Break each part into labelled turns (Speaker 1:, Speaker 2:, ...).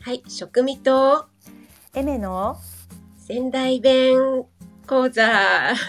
Speaker 1: はい、食味と
Speaker 2: エメの
Speaker 1: 仙台弁講座、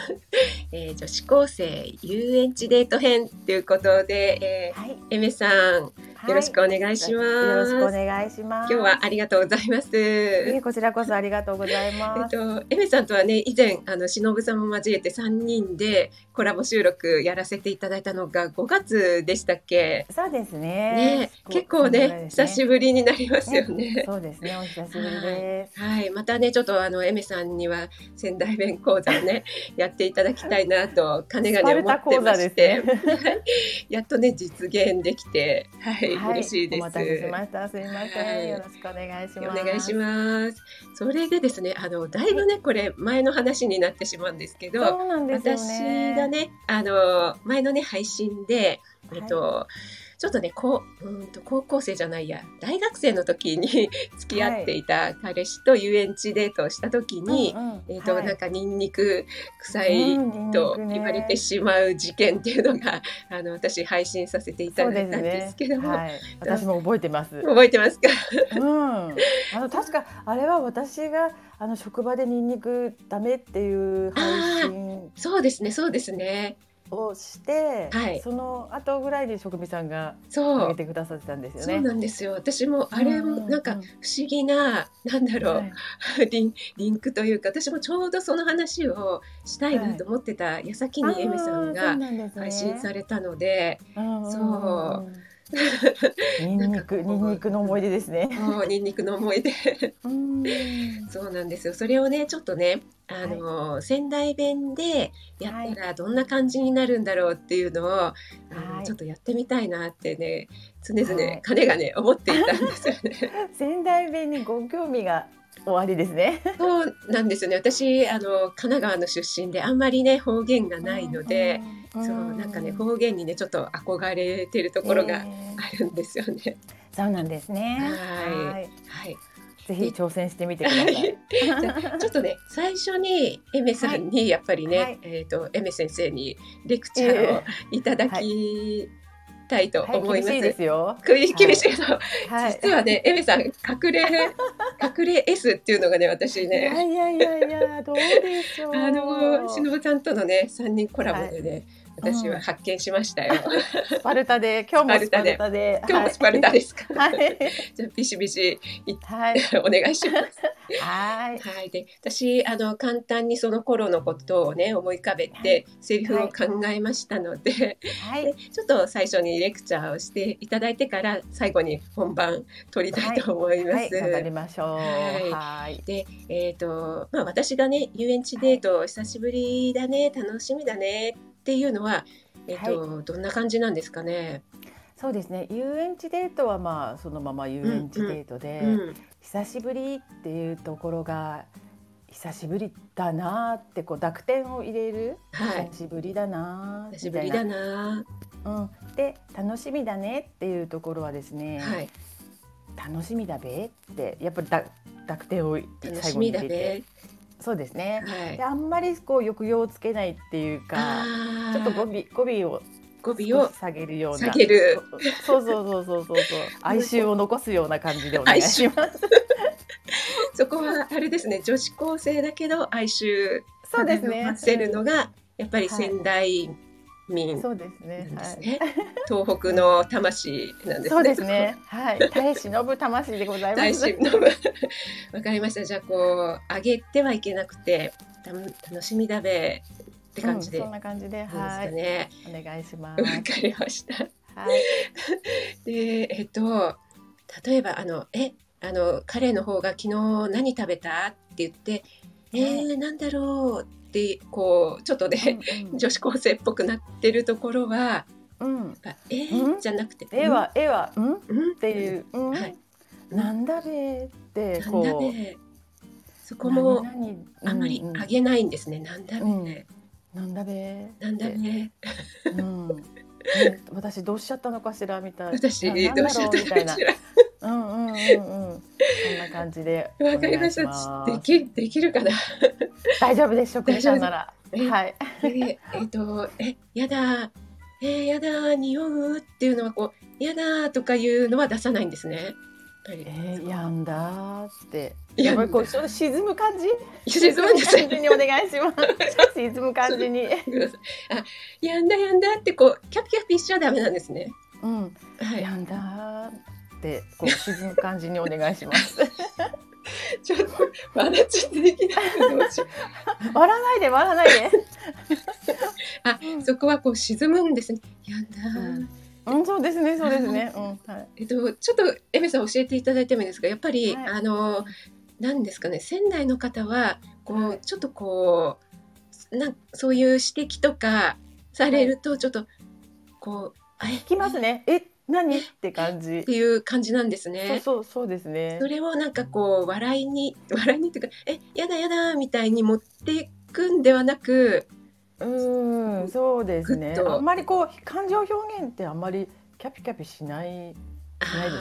Speaker 1: えー女子高生遊園地デート編ということで、
Speaker 2: はい、
Speaker 1: えー、エメさん、よろしくお願いします
Speaker 2: よろしくお願いします。
Speaker 1: 今日はありがとうございます。
Speaker 2: い
Speaker 1: え
Speaker 2: えこちらこそありがとうござい
Speaker 1: っ
Speaker 2: ます。
Speaker 1: と、エメさんとはね、以前、あの、しのぶさんも交えて3人でコラボ収録やらせていただいたのが5月でしたっけ
Speaker 2: そうですね
Speaker 1: ね。、結構ね、久し
Speaker 2: ぶ
Speaker 1: ぶりになりますよね
Speaker 2: そうですね、お久しぶりです。
Speaker 1: はい、またねちょっとあのエメさんには仙台弁講座を ねやっていただきたいなとかねがね思ってまして、
Speaker 2: スパルタ講
Speaker 1: はいやっとね実現できてはい、
Speaker 2: はい
Speaker 1: 嬉しいです。
Speaker 2: お待たせしました。すみません、
Speaker 1: はい
Speaker 2: よろしくお願いし
Speaker 1: お
Speaker 2: ます。
Speaker 1: 願いします。それでですね、あのだいぶね、これ前の話になってしまうんですけど、
Speaker 2: そうなんですよ
Speaker 1: 私
Speaker 2: ね。
Speaker 1: がね、あの前のね配信で、えっと、ちょっとね、こう、うーんと高校生じゃないや、大学生の時に付き合っていた彼氏と遊園地デートをした時に、
Speaker 2: うんうん
Speaker 1: えっと、
Speaker 2: はい
Speaker 1: なんかニンニク臭い
Speaker 2: うん
Speaker 1: と
Speaker 2: ニンニクね
Speaker 1: 言われてしまう事件っていうのが、 あの私配信させていた
Speaker 2: そう
Speaker 1: だ
Speaker 2: で
Speaker 1: い
Speaker 2: す
Speaker 1: たん
Speaker 2: ね
Speaker 1: ですけども、
Speaker 2: はい、私も覚えてます。
Speaker 1: 覚えてますか？
Speaker 2: うん、あの 確かあれは私があの職場でニンニクダメっていう配信
Speaker 1: そうですね、そうですね、
Speaker 2: をして、
Speaker 1: はい
Speaker 2: その後ぐらいに職味さんが
Speaker 1: そ
Speaker 2: あげ
Speaker 1: う。
Speaker 2: てくださってたんですよ
Speaker 1: そう
Speaker 2: ね。
Speaker 1: なんですよ私もあれもなんか不思議な、なんだ
Speaker 2: う
Speaker 1: ろう、
Speaker 2: んはい
Speaker 1: リンリンクというか私もちょうどその話をしたいなと思ってた矢先にエミさん
Speaker 2: あーそう
Speaker 1: が
Speaker 2: なんですね
Speaker 1: 配信されたので
Speaker 2: うんうんうん
Speaker 1: そ
Speaker 2: ニンニク
Speaker 1: なんか
Speaker 2: ニンニクの思い出ですね。
Speaker 1: もうニンニクの思い出
Speaker 2: うん
Speaker 1: そうなんですよそれをねちょっとねあの、仙台弁でやったらどんな感じになるんだろうっていうのを、あの
Speaker 2: はい
Speaker 1: ちょっとやってみたいなってね常々、
Speaker 2: はい
Speaker 1: 彼がね思っていたんです よね。
Speaker 2: 仙台弁にご興味が終わりですね。
Speaker 1: そうなんですよね私あの神奈川の出身であんまりね方言がないので。
Speaker 2: うん、
Speaker 1: そうなんかね方言にねちょっと憧れてるところが
Speaker 2: え
Speaker 1: あるんですよね。
Speaker 2: ーそうなんですね。
Speaker 1: はい
Speaker 2: い
Speaker 1: はい。
Speaker 2: ぜひ挑戦してみてく ださい。
Speaker 1: じゃあちょっとね最初にエメさんにやっぱりね、
Speaker 2: はい
Speaker 1: えっ、とエメ先生にレクチャーをいただきたいと
Speaker 2: はい、
Speaker 1: 思い
Speaker 2: 厳
Speaker 1: ます。
Speaker 2: しいですよ。
Speaker 1: くい厳しいの、
Speaker 2: はい。
Speaker 1: 実はねエメさん隠れ 隠れ S っていうのがね私
Speaker 2: いや
Speaker 1: ね。
Speaker 2: いやいやいや、どうでしょう。
Speaker 1: あのしのぶさんとのね三人コラボでね、
Speaker 2: はい
Speaker 1: 私は発見しました よ。
Speaker 2: スパルタで、今日もスパルタで、
Speaker 1: 今日もスパルタ
Speaker 2: で。
Speaker 1: ですか。
Speaker 2: はい、
Speaker 1: じゃあビシビシ
Speaker 2: はい、
Speaker 1: お願いします。
Speaker 2: は い、
Speaker 1: はい、で私あの簡単にその頃のことをね思い浮かべて、
Speaker 2: はい
Speaker 1: セリフを考えましたので,、
Speaker 2: は い
Speaker 1: で、ちょっと最初にレクチャーをしていただいてから最後に本番取りたいと思いま
Speaker 2: はい、
Speaker 1: す。
Speaker 2: 頑張りましょう。
Speaker 1: はい
Speaker 2: はい、
Speaker 1: で、えーとまあ、私がね遊園地デートを久しぶりだね楽しみだねっていうのは、えーとどんな感じなんですかね。
Speaker 2: そうですね。遊園地デートは、まあ、そのまま遊園地デートで、
Speaker 1: うん、
Speaker 2: 久しぶりっていうところが。久しぶりだなーって、こう濁点を入れる。
Speaker 1: はい
Speaker 2: 久しぶりだなー。
Speaker 1: 久しぶりだ
Speaker 2: み
Speaker 1: な、
Speaker 2: たいな。うん、で、楽しみだねっていうところはですね。
Speaker 1: はい、
Speaker 2: 楽しみだべってやっぱりだ濁点を
Speaker 1: 楽
Speaker 2: 最
Speaker 1: し
Speaker 2: 後に
Speaker 1: みだ
Speaker 2: 入れて
Speaker 1: ね。
Speaker 2: そうですね、
Speaker 1: はい
Speaker 2: であんまりこう抑揚をつけないっていうか
Speaker 1: あー
Speaker 2: ちょっと語尾語尾を
Speaker 1: 語尾
Speaker 2: 少
Speaker 1: を
Speaker 2: し下げるような
Speaker 1: 下げる
Speaker 2: そそうそうそうそうそう そう哀愁を残すような感じでお願いします
Speaker 1: そこはあれですね女子高生だけど哀愁
Speaker 2: そうですね
Speaker 1: させるのがやっぱり仙台
Speaker 2: う
Speaker 1: 民
Speaker 2: ん
Speaker 1: な
Speaker 2: そうですね
Speaker 1: んです
Speaker 2: はい
Speaker 1: ね、東北の魂なんですね
Speaker 2: そうですねはい耐え忍ぶ魂でございま
Speaker 1: 大
Speaker 2: す
Speaker 1: 臣のわかりましたじゃあこう上げてはいけなくてた楽しみだべって感じで、
Speaker 2: うん
Speaker 1: い
Speaker 2: そん
Speaker 1: い
Speaker 2: な感じで
Speaker 1: ですか
Speaker 2: はい
Speaker 1: ね。
Speaker 2: お願いしま
Speaker 1: わ
Speaker 2: す
Speaker 1: かりました。
Speaker 2: はい
Speaker 1: で、えっと、例えば、あの、え、あの、彼の方が昨日何食べたって言って。えー、なんだろうって、こう、ちょっとね、女子高生っぽくなってるところは。
Speaker 2: うんうん
Speaker 1: あえー
Speaker 2: うん
Speaker 1: じゃなくて、
Speaker 2: 絵は絵はうんっ
Speaker 1: うん、うんって
Speaker 2: いう、うん
Speaker 1: はい
Speaker 2: なんだべーっ
Speaker 1: な
Speaker 2: て
Speaker 1: んだ
Speaker 2: こう
Speaker 1: ね。そこも、
Speaker 2: 何々
Speaker 1: あんまり
Speaker 2: うんうん
Speaker 1: 上げないんですね。なんだね。
Speaker 2: なんだべーって
Speaker 1: なんだね。
Speaker 2: うんね私どうしちゃったのかしらみたい
Speaker 1: 私、
Speaker 2: ななん
Speaker 1: どう
Speaker 2: だ
Speaker 1: しよ
Speaker 2: ろ
Speaker 1: う
Speaker 2: う
Speaker 1: と
Speaker 2: みたいな
Speaker 1: しら。
Speaker 2: うんうんうんうんそんな感じで
Speaker 1: わかりまし
Speaker 2: お願いしま
Speaker 1: た。ですき、できるかな。
Speaker 2: 大丈夫です職人さんなら
Speaker 1: 大丈夫です
Speaker 2: はい
Speaker 1: でえっと「えやだえーやだ匂う」っていうのはこう「やだ」とかいうのは出さないんですね。ぱり。
Speaker 2: えー、やんだーって。
Speaker 1: や
Speaker 2: や
Speaker 1: ん
Speaker 2: っ
Speaker 1: だ
Speaker 2: ぱりこうちょっと沈む感じ。
Speaker 1: 沈むんですよ
Speaker 2: 沈む感じにお願いします。沈む感 じに。
Speaker 1: あ、やんだやんだってこうキャピキャピしちゃダメなんですね。
Speaker 2: うん。
Speaker 1: はい
Speaker 2: や。んだーってこう沈む感じにお願いします。
Speaker 1: ちょっとまだちょっとできないけど ちょ
Speaker 2: 割らないで割らないで。
Speaker 1: あ、そこはこう沈むんですね。やんだー。
Speaker 2: うんうん、そうですね、そうですね。うん、はい。
Speaker 1: えっと、ちょっとエミさん教えていただいてもいいですかやっぱり、
Speaker 2: はい
Speaker 1: あのなんですかね仙台の方はこう、
Speaker 2: はい
Speaker 1: ちょっとこうなんそういう指摘とかされるとちょっとこう「あえ
Speaker 2: 聞きますね。え、何って感じ
Speaker 1: っ。ていう感じなんです
Speaker 2: そう
Speaker 1: ね。
Speaker 2: そう、そうですね
Speaker 1: そ。れをなんかこう笑いに笑いにっていうか「えやだやだ」みたいに持っていくんではなく
Speaker 2: うん、そうですね。
Speaker 1: ぐっと
Speaker 2: あんまりこう感情表現ってあんまりキャピキャピしない。
Speaker 1: あ
Speaker 2: しないですよね。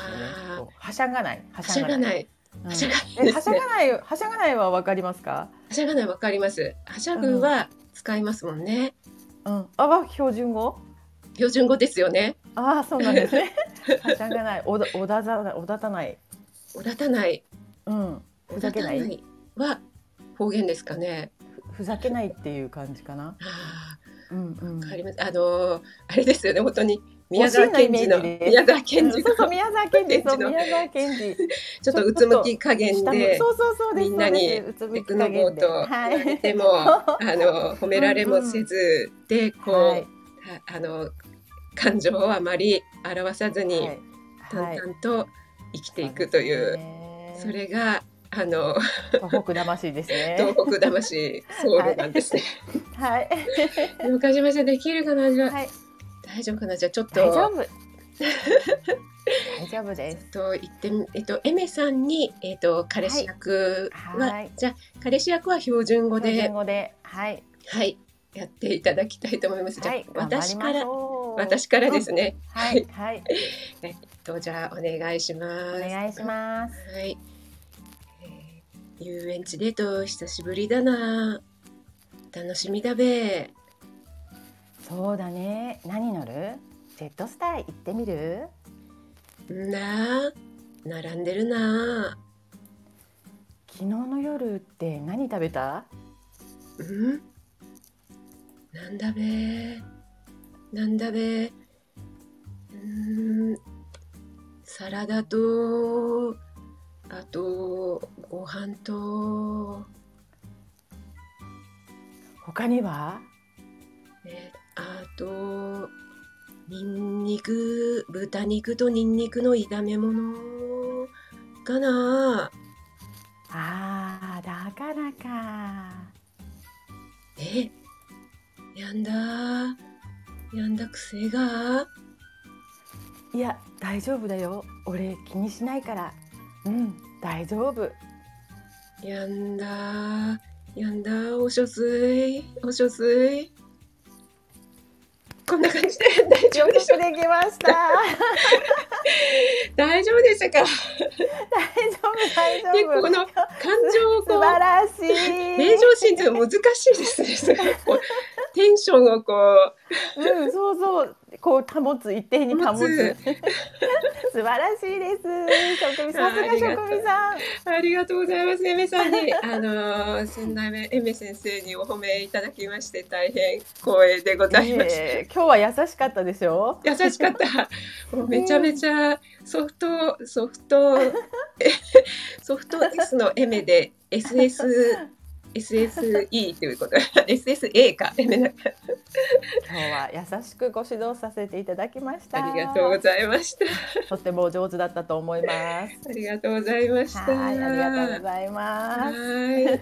Speaker 1: ー
Speaker 2: こうはしゃがない。は
Speaker 1: はしゃがない。
Speaker 2: うん
Speaker 1: はしゃがない
Speaker 2: え
Speaker 1: で
Speaker 2: は
Speaker 1: す
Speaker 2: しゃ
Speaker 1: ね。
Speaker 2: がない、はしゃがないはわかりますか。
Speaker 1: はしゃがないわかります。はしゃぐは使いますもんね。
Speaker 2: うん、あ、は標準語。
Speaker 1: 標準語ですよね。
Speaker 2: ああ、そうなんで すね。はしゃがない、おだ、おだざ、おだたない。
Speaker 1: おだたない
Speaker 2: うん、ふざけない
Speaker 1: おだたは方言ですかね。
Speaker 2: ふざけないっていう感じかな。
Speaker 1: あ
Speaker 2: うん、うん。
Speaker 1: あ、わかります。あのーあれですよね、本当に宮
Speaker 2: おし
Speaker 1: 沢
Speaker 2: んのイ
Speaker 1: 賢
Speaker 2: メ
Speaker 1: 治
Speaker 2: ー
Speaker 1: の
Speaker 2: ジです
Speaker 1: 宮沢
Speaker 2: う
Speaker 1: 賢
Speaker 2: んそ
Speaker 1: 治
Speaker 2: うそう、
Speaker 1: の
Speaker 2: 宮沢賢
Speaker 1: 賢
Speaker 2: 治、そう、
Speaker 1: 治の
Speaker 2: 宮沢賢治。
Speaker 1: ちょっとうつむき加減
Speaker 2: 下の
Speaker 1: で
Speaker 2: そうそうそうです。
Speaker 1: みんなに
Speaker 2: そうですうつむ
Speaker 1: テ
Speaker 2: き
Speaker 1: ク
Speaker 2: 加
Speaker 1: ノボ
Speaker 2: 減
Speaker 1: ー
Speaker 2: で。
Speaker 1: トを
Speaker 2: は
Speaker 1: 言われ
Speaker 2: い。
Speaker 1: ても、あのー褒められもせず、でこう、
Speaker 2: はい
Speaker 1: ああのー感情をあまり表さずに、
Speaker 2: はい
Speaker 1: 淡々と生きていくという、そ。
Speaker 2: はい
Speaker 1: れがあのー
Speaker 2: 東北魂ですね。
Speaker 1: 東北 魂ソウルなんですね。
Speaker 2: はい。
Speaker 1: 岡島さんできるかなじゃあ
Speaker 2: はい。
Speaker 1: 大丈夫かなじゃあちょっと
Speaker 2: 大丈 夫。大丈夫です。
Speaker 1: と言ってみえっとエメさんにえっと彼氏役は、
Speaker 2: はい
Speaker 1: じゃあ彼氏役は標準語
Speaker 2: 標
Speaker 1: で
Speaker 2: 準語で。はい。
Speaker 1: はいやっていただきたいと思います。じゃあ、
Speaker 2: はい。頑張り
Speaker 1: 私
Speaker 2: ま
Speaker 1: か
Speaker 2: し
Speaker 1: ら
Speaker 2: ょう
Speaker 1: 私からです。ね。
Speaker 2: うんはい。はい。
Speaker 1: えっとじゃあお願いします。
Speaker 2: お願いし
Speaker 1: は
Speaker 2: ます。
Speaker 1: い、えー遊園地デート久しぶりだな。楽しみだべ。
Speaker 2: そうだね。何乗る？ジェットスター行ってみる？
Speaker 1: んなあ並んでるな。
Speaker 2: 昨日の夜って何食べた？
Speaker 1: うんなんだべーなんだべーうーんサラダとあとご飯と、
Speaker 2: 他には？
Speaker 1: えーあとニンニク豚肉とニンニクの炒め物かな
Speaker 2: ああ、だからか。
Speaker 1: えやんだやんだ癖が
Speaker 2: いや、大丈夫だよ。俺気にしないから。うん、大丈夫。
Speaker 1: やんだやんだお処水お処水こんな感じで 大丈夫でしょう
Speaker 2: できま した。
Speaker 1: 大丈夫でしたか
Speaker 2: 大丈夫、大
Speaker 1: 結
Speaker 2: 丈
Speaker 1: 構
Speaker 2: 夫。
Speaker 1: この感情を
Speaker 2: 素
Speaker 1: こ
Speaker 2: 晴
Speaker 1: う
Speaker 2: らしい。
Speaker 1: 平常心っていうのは難しいですねすごいこうテンションをこう
Speaker 2: うん、そうそう、こう保つ、一定に保
Speaker 1: 保つ
Speaker 2: つ。 素晴らしい です。職味さん、
Speaker 1: あ
Speaker 2: さす
Speaker 1: ー
Speaker 2: が職味さん。
Speaker 1: ありがとうございますエメさんにあのー先代目エメ先生にお褒めいただきまして大変光栄でございました、
Speaker 2: えー今日は優しかったでしょ
Speaker 1: 優しか った。もうめちゃめちゃソフト、ソフ ト、えソフト S の M で SS、SSE ということ。SSA か。M だか
Speaker 2: 今日は優しくご指導させていただきました。
Speaker 1: らありがとうございました。
Speaker 2: とてもお上手だったと思います。
Speaker 1: ありがとうございました。
Speaker 2: はい、ありがとうございます。
Speaker 1: はい。